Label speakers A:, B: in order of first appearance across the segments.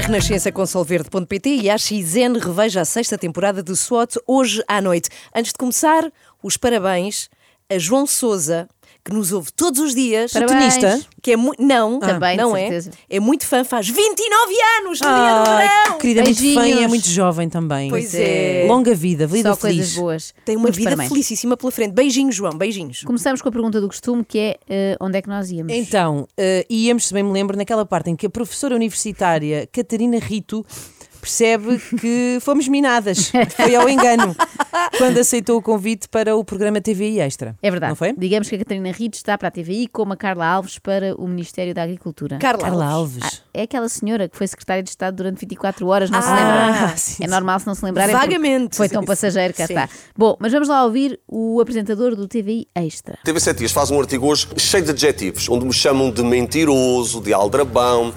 A: Renascença com Solverde.pt e a XN reveja a sexta temporada de SWAT hoje à noite. Antes de começar, os parabéns a João Souza, que nos ouve todos os dias.
B: Parabéns.
C: Tenista?
A: Que é muito. Não,
B: Ah. Também, de
A: não é.
B: certeza.
A: É muito fã, faz 29 anos no dia do verão.
C: querida, é muito fã e é
B: Beijinhos.
C: muito jovem também.
A: Pois
B: é.
C: Longa vida, vida
B: Só
C: feliz.
B: coisas boas.
A: Tem uma
B: Muitos
A: vida
B: parabéns.
A: felicíssima pela frente. Beijinhos, João, beijinhos.
B: Começamos com a pergunta do costume, que é eh, onde é que nós íamos?
C: Então, eh, íamos, se bem me lembro, naquela parte em que a professora universitária Catarina Rito percebe que fomos minadas. Foi ao engano. quando aceitou o convite para o programa TVI Extra.
B: É verdade.
C: Não foi?
B: Digamos que a Catarina Rito está para a TVI, como a Carla Alves para o Ministério da Agricultura.
A: Carla,
C: Carla
A: Alves.
C: Alves.
B: É aquela senhora que foi secretária de Estado durante 24 horas, não se
A: Ah,
B: lembra?
C: sim,
B: é
C: sim.
B: normal se não se lembrar.
A: Vagamente.
B: Foi tão passageiro que cá
A: Sim.
B: está. Bom, mas vamos lá ouvir o apresentador do TVI Extra.
D: TV Sete Dias faz um artigo hoje cheio de adjetivos, onde me chamam de mentiroso, de aldrabão.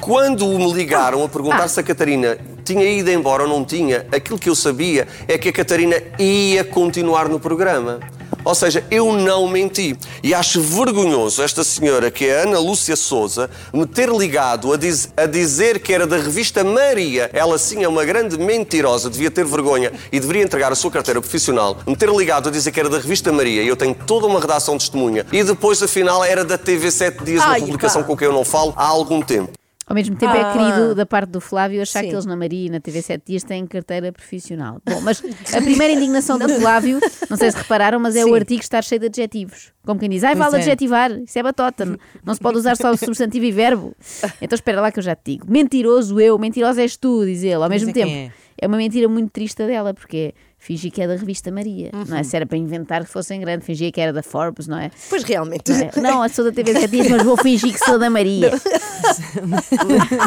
D: Quando me ligaram a perguntar
B: Ah.
D: se a Catarina tinha ido embora ou não tinha, aquilo que eu sabia é que a Catarina ia continuar no programa. Ou seja, eu não menti. E acho vergonhoso esta senhora, que é a Ana Lúcia Souza, me ter ligado a, diz- a dizer que era da revista Maria. Ela sim é uma grande mentirosa, devia ter vergonha e deveria entregar a sua carteira profissional. Me ter ligado a dizer que era da revista Maria e eu tenho toda uma redação de testemunha. E depois, afinal, era da TV 7 Dias,
A: Ai,
D: uma publicação
A: pá.
D: com quem eu não falo há algum tempo.
B: Ao mesmo tempo
A: Ah.
B: é querido da parte do Flávio achar
A: Sim.
B: que eles na Maria e na TV 7 Dias têm carteira profissional. Bom, mas a primeira indignação do Flávio, não sei se repararam, mas é
A: Sim.
B: o artigo estar cheio de adjetivos. Como quem diz, ai, vale
C: é.
B: adjetivar, isso é batota, não- não se pode usar só substantivo e verbo. Então espera lá que eu já te digo. Mentiroso eu, mentirosa és tu, diz ele, ao mesmo
C: é quem
B: tempo.
C: é.
B: É. uma mentira muito triste dela, porque fingi que é da revista Maria, não é?
A: Uhum.
B: Se era para inventar que fosse em grande, fingia que era da Forbes, não é?
A: Pois realmente.
B: Não, é? não, eu sou da TV Sete Dias, mas vou fingir que sou da Maria.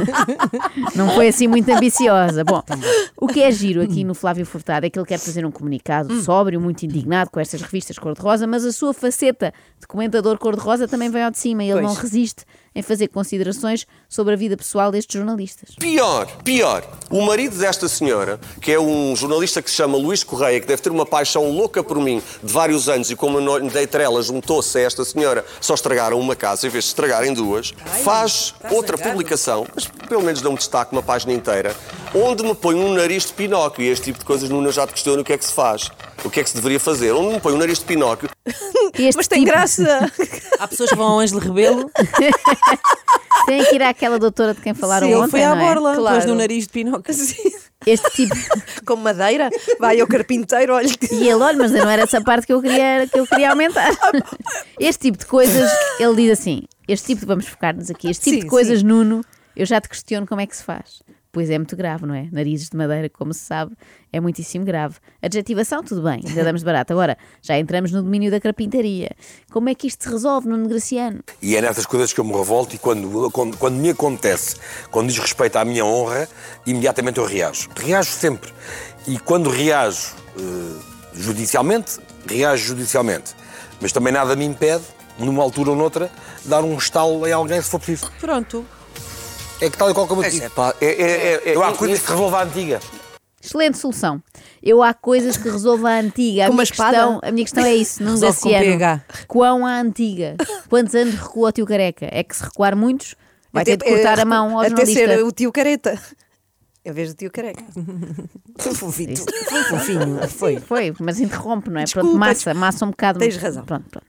B: Não foi assim muito ambiciosa. Bom, o que é giro aqui no Flávio Furtado é que ele quer fazer um comunicado sóbrio, muito indignado com estas revistas cor-de-rosa, mas a sua faceta de comentador cor-de-rosa também vem ao de cima e ele
A: Pois.
B: não resiste em fazer considerações sobre a vida pessoal destes jornalistas.
D: Pior, pior. O marido desta senhora, que é um jornalista que se chama Luís Correia, que deve ter uma paixão louca por mim de vários anos, e como a no- entre elas juntou-se a esta senhora, só estragaram uma casa em vez de estragarem duas, faz outra publicação, mas pelo menos dá um destaque, uma página inteira, onde me põe um nariz de Pinóquio. E este tipo de coisas, Nuno, eu já te questiono o que é que se faz, o que é que se deveria fazer. Onde me põe um nariz de Pinóquio,
B: Este
A: Mas tem
B: tipo
A: graça.
C: Há pessoas que vão ao Ângelo Rebelo
B: Tem que ir àquela doutora de quem falaram
C: ele
B: ontem,
C: foi à
B: não é?
C: borla,
A: Claro.
C: pôs no nariz de Pinóquio.
B: Este tipo...
A: Como assim. madeira, vai ao carpinteiro, olha.
B: E ele, olha, mas não era essa parte que eu queria, que eu queria aumentar. Este tipo de coisas, ele diz assim: este tipo de, vamos focar-nos aqui, este tipo
A: Sim,
B: de coisas, Nuno, eu já te questiono como é que se faz. Pois é muito grave, não é? Narizes de madeira, como se sabe, é muitíssimo grave. Adjetivação, tudo bem, ainda damos de barato. Agora, já entramos no domínio da carpintaria. Como é que isto se resolve, Nuno Graciano?
E: E é nessas coisas que eu me revolto e quando, quando, quando me acontece, quando diz respeito à minha honra, imediatamente eu reajo. Reajo sempre. E quando reajo eh, judicialmente, reajo judicialmente. Mas também nada me impede, numa altura ou noutra, dar um estalo a alguém se for preciso.
C: Pronto.
E: É que tal e qual como eu digo. Eu há coisas que revolva a antiga.
B: Excelente solução. Eu há coisas que resolvo à antiga. A,
A: Com uma
B: minha,
A: espada?
B: questão, a minha questão é isso, não
C: Resolve com
B: Graciano.
C: PH.
B: Quão à antiga? Quantos anos recua o tio Careca? É que se recuar muitos, vai ter de cortar
A: eh,
B: a mão ao
A: Até
B: jornalista.
A: ser o tio careta. Em vez do tio careca.
C: Fofito. Foi um fofinho. Foi.
B: Foi, mas interrompe, não é?
A: Desculpa,
B: pronto, massa, massa um bocado.
A: Tens
B: mas-
A: razão.
B: Pronto, pronto.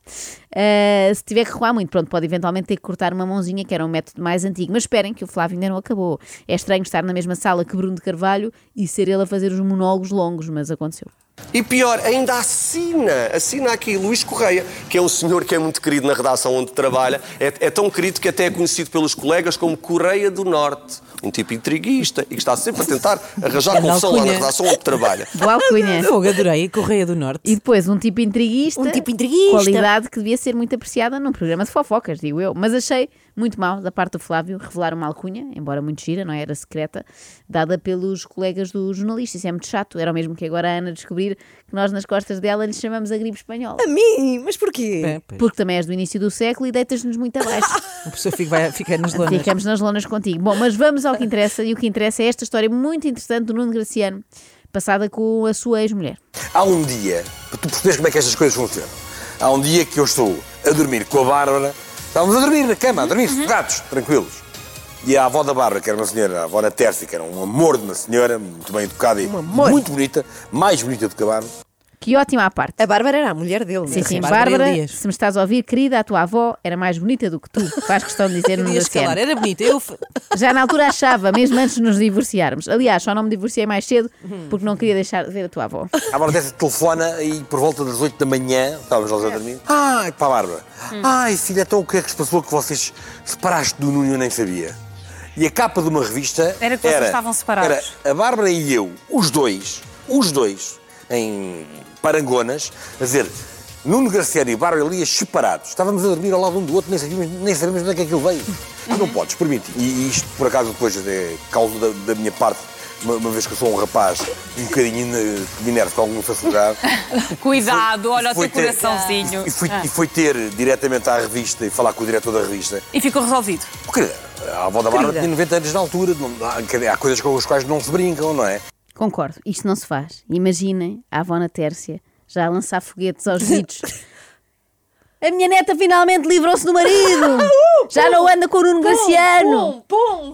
B: Ah, se tiver que recuar muito, pronto, pode eventualmente ter que cortar uma mãozinha, que era um método mais antigo. Mas esperem que o Flávio ainda não acabou. É estranho estar na mesma sala que Bruno de Carvalho e ser ele a fazer os monólogos longos, mas aconteceu.
D: E pior, ainda assina, assina aqui Luís Correia, que é um senhor que é muito querido na redação onde trabalha, é, é tão querido que até é conhecido pelos colegas como Correia do Norte, um tipo intriguista e que está sempre a tentar arranjar
C: Grande
D: confusão lá na
C: alcunha.
D: redação onde trabalha.
A: Oh,
B: Boa alcunha.
C: Fogo, adorei. a Correia do
B: E
C: Norte.
B: depois, um tipo intriguista.
A: Um tipo intriguista.
B: Qualidade que devia ser muito apreciada num programa de fofocas, digo eu. Mas achei muito mal da parte do Flávio revelar uma alcunha, embora muito gira, não é? era secreta, dada pelos colegas do jornalista. Isso é muito chato. Era o mesmo que agora a Ana descobrir que nós, nas costas dela, lhe chamamos a gripe espanhola.
A: A mim, mas porquê?
C: É, pois.
B: Porque também és do início do século e deitas-nos muito abaixo.
C: A pessoa fica, vai, fica nos lonas.
B: Ficamos nas lonas contigo. Bom, mas vamos ao que interessa. E o que interessa é esta história muito interessante do Nuno Graciano, passada com a sua ex-mulher.
E: Há um dia, para tu perceberes como é que estas coisas funcionam, há um dia que eu estou a dormir com a Bárbara, estávamos a dormir na cama, a dormir, gatos, tranquilos. E a avó da Bárbara, que era uma senhora, a avó da Tércia, que era um amor de uma senhora, muito bem educada e
A: amor.
E: muito bonita, mais bonita do que a Bárbara.
B: Que ótima à parte.
A: A Bárbara era a mulher dele.
B: Sim, sim.
C: Bárbara
B: Bárbara,
C: Elias.
B: se me estás a ouvir, querida, a tua avó era mais bonita do que tu. Faz questão de dizer no
C: Queria escalar,
B: Luciano.
C: era bonita. Eu f-
B: Já na altura achava, mesmo antes de nos divorciarmos. Aliás, só não me divorciei mais cedo porque não queria deixar de ver a tua avó.
E: A Bárbara Tessa telefona e por volta das 8 da manhã, estávamos nós a dormir. Ai, pá, Bárbara.
F: Hum.
E: Ai, filha, então o que é que se passou que vocês separaste do Nuno e eu nem sabia? E a capa de uma revista.
F: Era que vocês estavam separados.
E: Era a Bárbara e eu, os dois, os dois, em parangonas, a dizer. Nuno Graciano e Bárbara Elias separados. Estávamos a dormir ao lado um do outro, nem sabíamos, nem sabíamos de onde é que aquilo veio. Tu não podes, permite. E isto, por acaso, depois é causa da, da minha parte, uma, uma vez que eu sou um rapaz um bocadinho iner- que me enerva com alguma facilidade,
F: Cuidado, olha o
E: Foi
F: teu
E: ter-
F: coraçãozinho.
E: E foi, e foi ter diretamente à revista e falar com o diretor da revista.
F: E ficou resolvido.
E: Porque a avó da Bárbara
A: Querida.
E: tinha 90 anos na altura, não- há, quer dizer, há coisas com as quais não se brincam, não é?
B: Concordo, isto não se faz. Imaginem a avó na Tércia já a lançar foguetes aos gritos. A minha neta finalmente livrou-se do marido! Já não anda com o Nuno Graciano!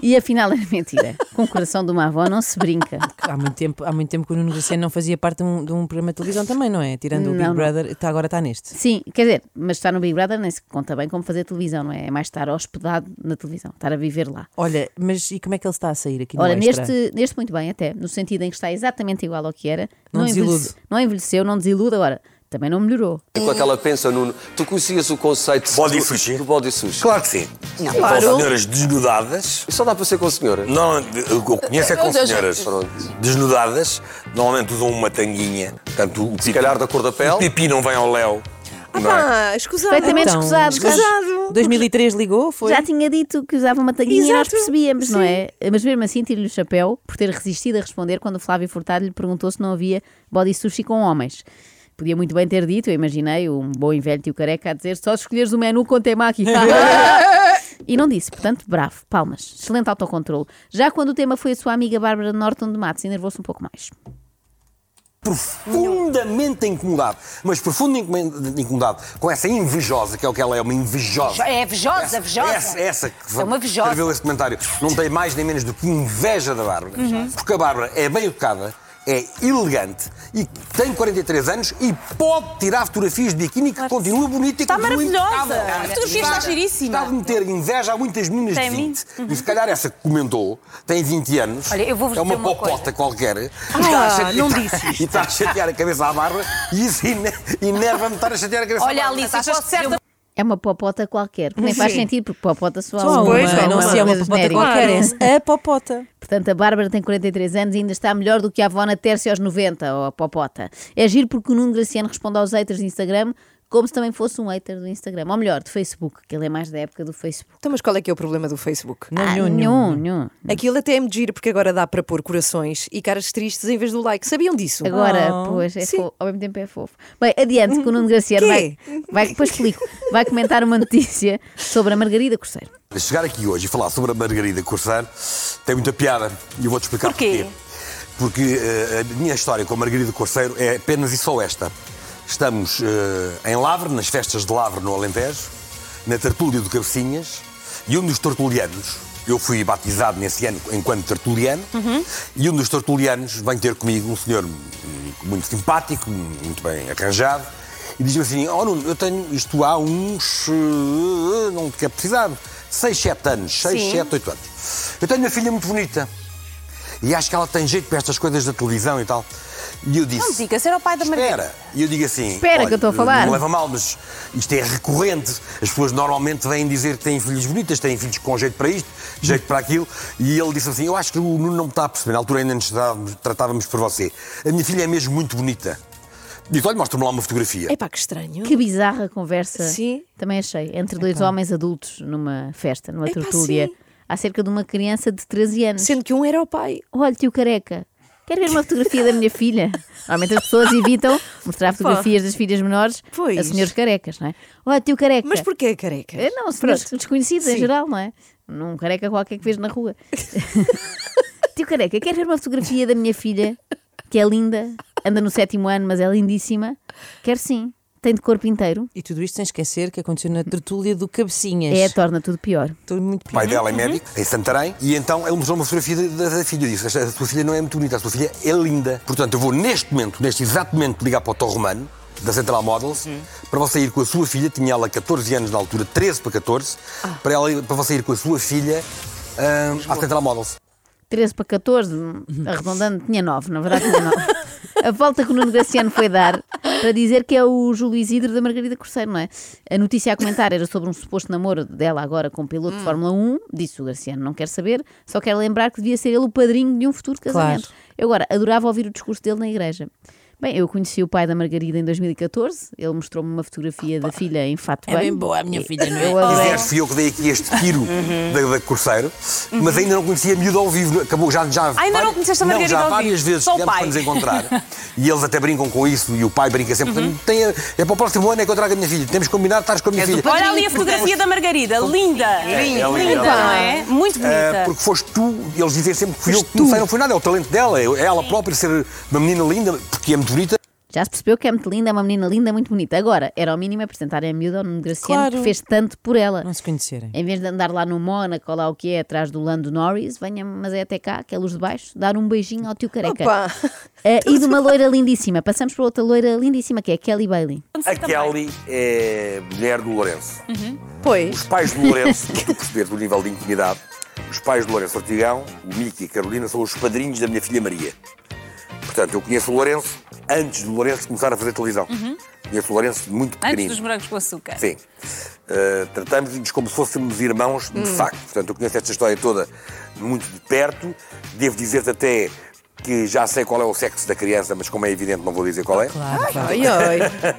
B: E afinal era mentira. Com o coração de uma avó não se brinca.
C: Há muito tempo, há muito tempo que o Nuno Graciano não fazia parte de um, de um programa de televisão também, não é? Tirando o
B: Não,
C: Big
B: não.
C: Brother, está- agora está neste.
B: Sim, quer dizer, mas estar no Big Brother nem se conta bem como fazer televisão, não é? É mais estar hospedado na televisão, estar a viver lá.
C: Olha, mas e como é que ele está a sair aqui no
B: Ora,
C: Extra?
B: neste, neste muito bem, até, no sentido em que está exatamente igual ao que era,
C: Não
B: envelhece,
C: desilude.
B: não envelheceu, não desilude, agora também não melhorou.
D: Enquanto ela pensa, Nuno, tu conhecias o conceito
E: Body
D: do,
E: sushi?
D: do body sushi?
E: Claro que sim. Claro. São senhoras desnudadas.
D: Só dá para ser com senhoras.
E: Não, eu conheço é com senhoras
D: Pronto.
E: desnudadas, normalmente usam uma tanguinha. Portanto, o Se
D: calhar da cor da pele.
E: O pipi não vem ao Léo. não é?
A: Ah, escusado.
B: Perfeitamente
C: Então,
B: escusado. sabes?
A: escusado.
C: 2003 ligou? Foi?
B: Já tinha dito que usava uma tanguinha e nós
A: Exato.
B: percebíamos, não é? Mas mesmo assim tiro-lhe o chapéu por ter resistido a responder quando o Flávio Furtado lhe perguntou se não havia body sushi com homens. Podia muito bem ter dito, eu imaginei, um bom e velho tio careca a dizer só se escolheres o menu com temaki. e não disse, portanto, bravo, palmas, excelente autocontrolo. Já quando o tema foi a sua amiga Bárbara Norton de Matos, enervou-se um pouco mais.
E: profundamente incomodado, mas profundamente incomodado com essa invejosa, que é o que ela é, uma invejosa.
F: É vejosa, vejosa.
E: Essa, essa que
F: É uma vejosa.
E: escreveu esse comentário não tem mais nem menos do que inveja da Bárbara.
F: Uhum.
E: Porque a Bárbara é bem educada, é elegante e tem 43 anos e pode tirar fotografias de biquíni que continua bonita e
F: Está Tá
E: continua
F: maravilhosa.
E: impecável.
F: A fotografia está giríssima.
E: Está de meter inveja a muitas meninas
F: Tem
E: de 20.
F: muito.
E: E se calhar essa que comentou tem 20 anos.
F: Olha, eu vou-vos
E: é uma
F: dizer uma coisa.
E: popota qualquer. e
F: Ah,
E: chatear-
F: não disse
E: e está a chatear a cabeça à Bárbara e isso ine- enerva-me estar a chatear a cabeça à
F: Olha,
E: Bárbara.
F: Alice, achas que certa?
B: É uma popota qualquer, que nem faz sentido, porque popota só há uma,
C: Só uma,
B: é
C: não
B: uma
C: se é uma
B: coisa
C: popota
B: genérica.
C: qualquer, é a popota.
B: Portanto, a Bárbara tem 43 anos e ainda está melhor do que a avó na Tércia aos 90, ou a Popota. É giro porque o Nuno Graciano responde aos haters de Instagram como se também fosse um hater do Instagram. Ou melhor, de Facebook, que ele é mais da época do Facebook.
A: Então, mas qual é que é o problema do Facebook?
E: Hum.
C: Não,
B: ah,
C: não, não.
B: não, não.
A: Aquilo até é me gira porque agora dá para pôr corações e caras tristes em vez do like. Sabiam disso?
B: Agora,
C: Oh,
B: pois, é
A: sim.
B: fofo. ao mesmo tempo é fofo. Bem, adiante, que o Nuno Graciano
A: Quê?
B: vai, vai, depois explico, vai comentar uma notícia sobre a Margarida Corseiro.
E: Chegar aqui hoje e falar sobre a Margarida Corsair tem muita piada e eu vou-te explicar
F: Porquê?
E: porquê. Porque eh, a minha história com a Margarida Corseiro é apenas e só esta. Estamos eh, em Lavre, nas festas de Lavre, no Alentejo, na tertúlia do Cabecinhas, e um dos tertulianos, eu fui batizado nesse ano enquanto tertuliano, e um dos tertulianos vem ter comigo, um senhor hum, muito simpático, muito bem arranjado, e diz-me assim, oh Nuno, eu tenho isto há uns, eh, não te quer precisar, 6, 7 anos, 6,
F: Sim.
E: 7, 8 anos. Eu tenho uma filha muito bonita, e acho que ela tem jeito para estas coisas da televisão e tal. E eu disse.
F: Não digas, era o pai da Margarida.
E: Espera, e eu digo assim.
B: Espera
E: olha,
B: que eu estou a falar.
E: Não leva mal, mas isto é recorrente. As pessoas normalmente vêm dizer que têm filhos bonitas, têm filhos com jeito para isto, jeito para aquilo. E ele disse assim: Eu acho que o Nuno não me está a perceber. Na altura ainda nos tratávamos, tratávamos por você. A minha filha é mesmo muito bonita. Diz: Olha, mostra-me lá uma fotografia.
A: Epá, que estranho.
B: Que bizarra conversa.
A: Sim.
B: Também achei. Entre dois homens adultos numa festa, numa
A: Epá,
B: tertúlia,
A: sim.
B: acerca de uma criança de 13 anos.
A: Sendo que um era o pai.
B: Olha, tio careca, quero ver uma fotografia da minha filha. Normalmente as pessoas evitam mostrar fotografias das filhas menores a
A: Pois.
B: senhores carecas, não é? Olha, tio careca.
A: Mas porquê a careca?
B: É, não, senhores desconhecidos em
A: Sim.
B: geral, não é? Num careca qualquer que vês na rua. Tio careca, quero ver uma fotografia da minha filha, que é linda, anda no sétimo ano, mas é lindíssima. Quero sim. tem de corpo inteiro.
C: E tudo isto sem esquecer que aconteceu na tertúlia do Cabecinhas.
B: É, torna tudo pior.
C: Estou muito
E: O pai
C: pior.
E: dela é médico, em Santarém, e então ele mostrou uma fotografia da, da filha e disse: Esta sua filha não é muito bonita, a sua filha é linda. Portanto, eu vou neste momento, neste exato momento, ligar para o Tom Romano, da Central Models, para você ir com a sua filha, tinha ela 14 anos na altura, 13 para 14, para, ela, ir- para você ir com a sua filha ah, à Central Models.
B: 13 para 14,
C: Uhum.
B: arredondando, tinha 9, na verdade tinha 9. A volta que o Nuno Graciano foi dar para dizer que é o Júlio Isidro da Margarida Corseiro, não é? A notícia a comentar era sobre um suposto namoro dela agora com um piloto
C: Hum.
B: de Fórmula 1, disse o Graciano, não quer saber, só quer lembrar que devia ser ele o padrinho de um futuro casamento. Eu agora adorava ouvir o discurso dele na igreja. Bem, eu conheci o pai da Margarida em 2014, ele mostrou-me uma fotografia da filha em fato bem.
C: é boa a minha filha, não
B: É,
C: é?
B: Eu adorei.
E: Aliás, fui eu que dei aqui este tiro
F: Uhum.
E: da, da Corsair, mas ainda não conhecia a miúda ao vivo. Acabou já. já
F: ainda não conheceste a Margarida
E: já
F: ao vivo.
E: várias vezes
F: Só o
E: tivemos
F: pai.
E: para nos encontrar. e eles até brincam com isso e o pai brinca sempre.
F: Uhum.
E: Tem, a- é para o próximo ano é que eu trago a minha filha. Temos que combinar, estás com a minha filha.
F: Olha ali a fotografia da Margarida, linda.
E: é linda.
F: Linda, não é? Muito
E: Ah,
F: bonita.
E: porque foste tu, eles dizem sempre que fui eu que comecei, não foi nada, é o talento dela, é ela própria ser uma menina linda, porque é muito bonita.
B: Já se percebeu que é muito linda, é uma menina linda, muito bonita. Agora, era ao mínimo apresentarem a miúda ao Nuno Graciano,
C: Claro.
B: que fez tanto por ela.
C: Não se conhecerem.
B: Em vez de andar lá no Mónaco ou lá o que é, atrás do Lando Norris, venha, mas é até cá, que é luz de baixo, dar um beijinho ao tio careca.
A: Opa.
B: Eh, e de uma loira lindíssima. Passamos para outra loira lindíssima, que é a Kelly Bailey.
E: A Kelly é mulher do Lourenço.
A: Pois.
E: Os pais do Lourenço, para tu perceberes o nível de intimidade, os pais do Lourenço Ortigão, o Miki e a Carolina, são os padrinhos da minha filha Maria. Portanto, eu conheço o Lourenço antes do Lourenço começar a fazer televisão. Conheço o Lourenço muito
G: Uhum. Antes
E: pequenino.
G: dos morangos com açúcar.
E: Sim. Uh, Tratamos-nos como se fôssemos irmãos,
G: Hum.
E: de facto. Portanto, eu conheço esta história toda muito de perto. Devo dizer-te até que já sei qual é o sexo da criança, mas como é evidente, não vou dizer qual é.
C: Claro, claro.
A: Oi, oi.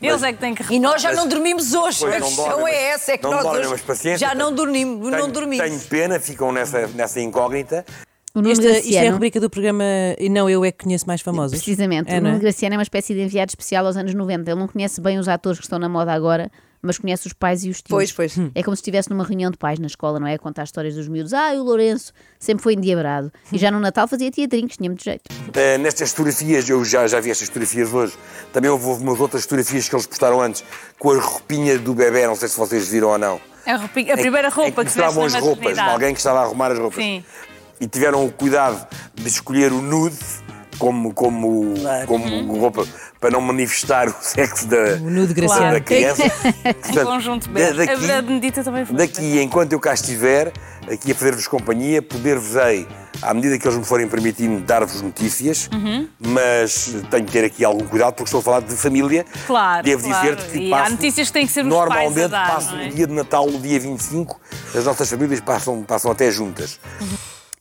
G: Eles é que têm que
H: E nós já não dormimos hoje.
E: Pois,
H: a
E: não
H: questão
E: dormem,
H: é
E: mas-
H: essa, é que
E: não
H: nós
E: dormem,
H: hoje
E: mas paciência,
H: já
E: tenho-
H: não dormimos, não
E: Tenho-
H: dormimos.
E: Tenho pena, ficam nessa, nessa incógnita.
B: O Nuno
C: Esta- isto é a
B: Graciano,
C: rubrica do programa E Não Eu É Que Conheço Mais Famosos.
B: precisamente,
C: É,
B: o
C: não é?
B: Nuno Graciano é uma espécie de enviado especial aos anos 90. Ele não conhece bem os atores que estão na moda agora, mas conhece os pais e os tios.
A: Pois, pois.
B: É como se estivesse numa reunião de pais na escola, não é? A contar histórias dos miúdos. Ah, o Lourenço sempre foi endiabrado. E já no Natal fazia teatrinhos, tinha muito jeito.
E: Uh, nestas fotografias, eu já, já vi estas fotografias hoje, também houve umas outras fotografias que eles postaram antes, com a roupinha do bebê, não sei se vocês viram ou não.
G: É a, roupinha- a primeira
E: É que-
G: roupa
E: é
G: que se veste
E: mostravam
G: na
E: as roupas, de
G: maternidade.
E: alguém que estava a arrumar as roupas.
G: Sim.
E: E tiveram o cuidado de escolher o nude como, como, como
G: Uhum.
E: roupa para não manifestar o sexo da,
C: O nude
E: da-
C: Graciano.
E: da criança.
G: Um
E: Portanto,
G: conjunto É
E: da-
G: belo.
E: daqui-
G: a Benedita também foi.
E: Daqui, enquanto eu cá estiver, aqui a fazer-vos companhia, poder-vos-ei, à medida que eles me forem permitindo, dar-vos notícias,
G: Uhum.
E: mas tenho que ter aqui algum cuidado, porque estou a falar de família.
G: Claro,
E: Devo
G: claro.
E: dizer-te que
G: E
E: passo,
G: há notícias que têm que ser os pais a
E: Normalmente
G: dar,
E: passo
G: não é?
E: o dia de Natal, o dia 25, as nossas famílias passam, passam até juntas.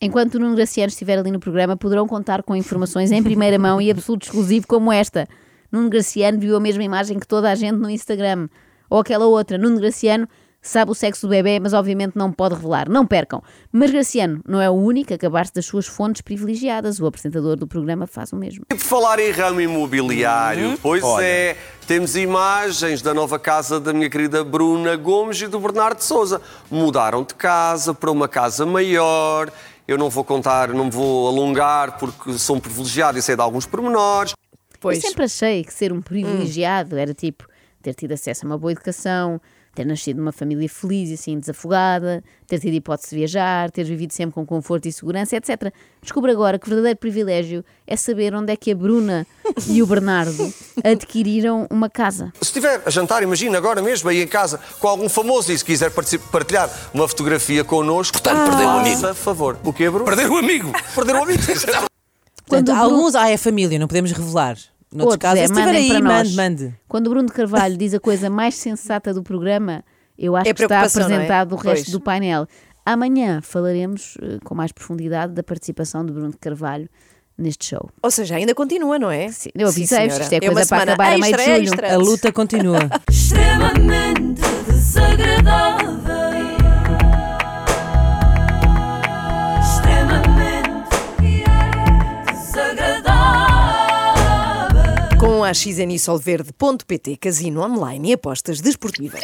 B: Enquanto o Nuno Graciano estiver ali no programa, poderão contar com informações em primeira mão e absoluto exclusivo como esta. Nuno Graciano viu a mesma imagem que toda a gente no Instagram. Ou aquela outra. Nuno Graciano sabe o sexo do bebê, mas obviamente não pode revelar. Não percam. Mas Graciano não é o único a acabar-se das suas fontes privilegiadas. O apresentador do programa faz o mesmo.
D: E por falar em ramo imobiliário,
E: Uhum.
D: pois é, temos imagens da nova casa da minha querida Bruna Gomes e do Bernardo Souza. Mudaram de casa para uma casa maior. Eu não vou contar, não me vou alongar porque sou um privilegiado e sei de alguns pormenores.
B: Eu sempre achei que ser um privilegiado era tipo ter tido acesso a uma boa educação, ter nascido numa família feliz e assim desafogada, ter tido hipótese de viajar, ter vivido sempre com conforto e segurança, etc. Descubro agora que o verdadeiro privilégio é saber onde é que a Bruna e o Bernardo adquiriram uma casa.
D: Se estiver a jantar, imagina agora mesmo aí em casa com algum famoso e se quiser particip- partilhar uma fotografia connosco,
E: Portanto, perdeu um amigo.
D: faça favor. O que, Bruno?
E: Perder o amigo!
D: Perder um amigo.
B: Quando
C: Portanto,
B: o Bruno-
C: alguns, ah, é família, não podemos revelar. Noutros
B: Outros,
C: casos,
B: é,
C: se estiver
B: mandem
C: aí,
B: para nós.
C: mande, mande.
B: Quando o Bruno de Carvalho diz a coisa mais sensata do programa, eu acho
A: É
B: que está
A: preocupação, não é?
B: apresentado o resto
A: Pois.
B: do painel. Amanhã falaremos eh, com mais profundidade da participação de Bruno de Carvalho neste show.
A: Ou seja, ainda continua, não é?
B: Sim, eu
A: Sim,
B: avisei-vos
A: senhora.
B: que isto é coisa
A: uma
B: para
A: semana
B: acabar a meio de
A: extra,
B: julho.
A: extra.
C: A luta continua.
I: extremamente desagradável. Extremamente desagradável.
A: Com a xnisolverde.pt, casino online e apostas desportivas.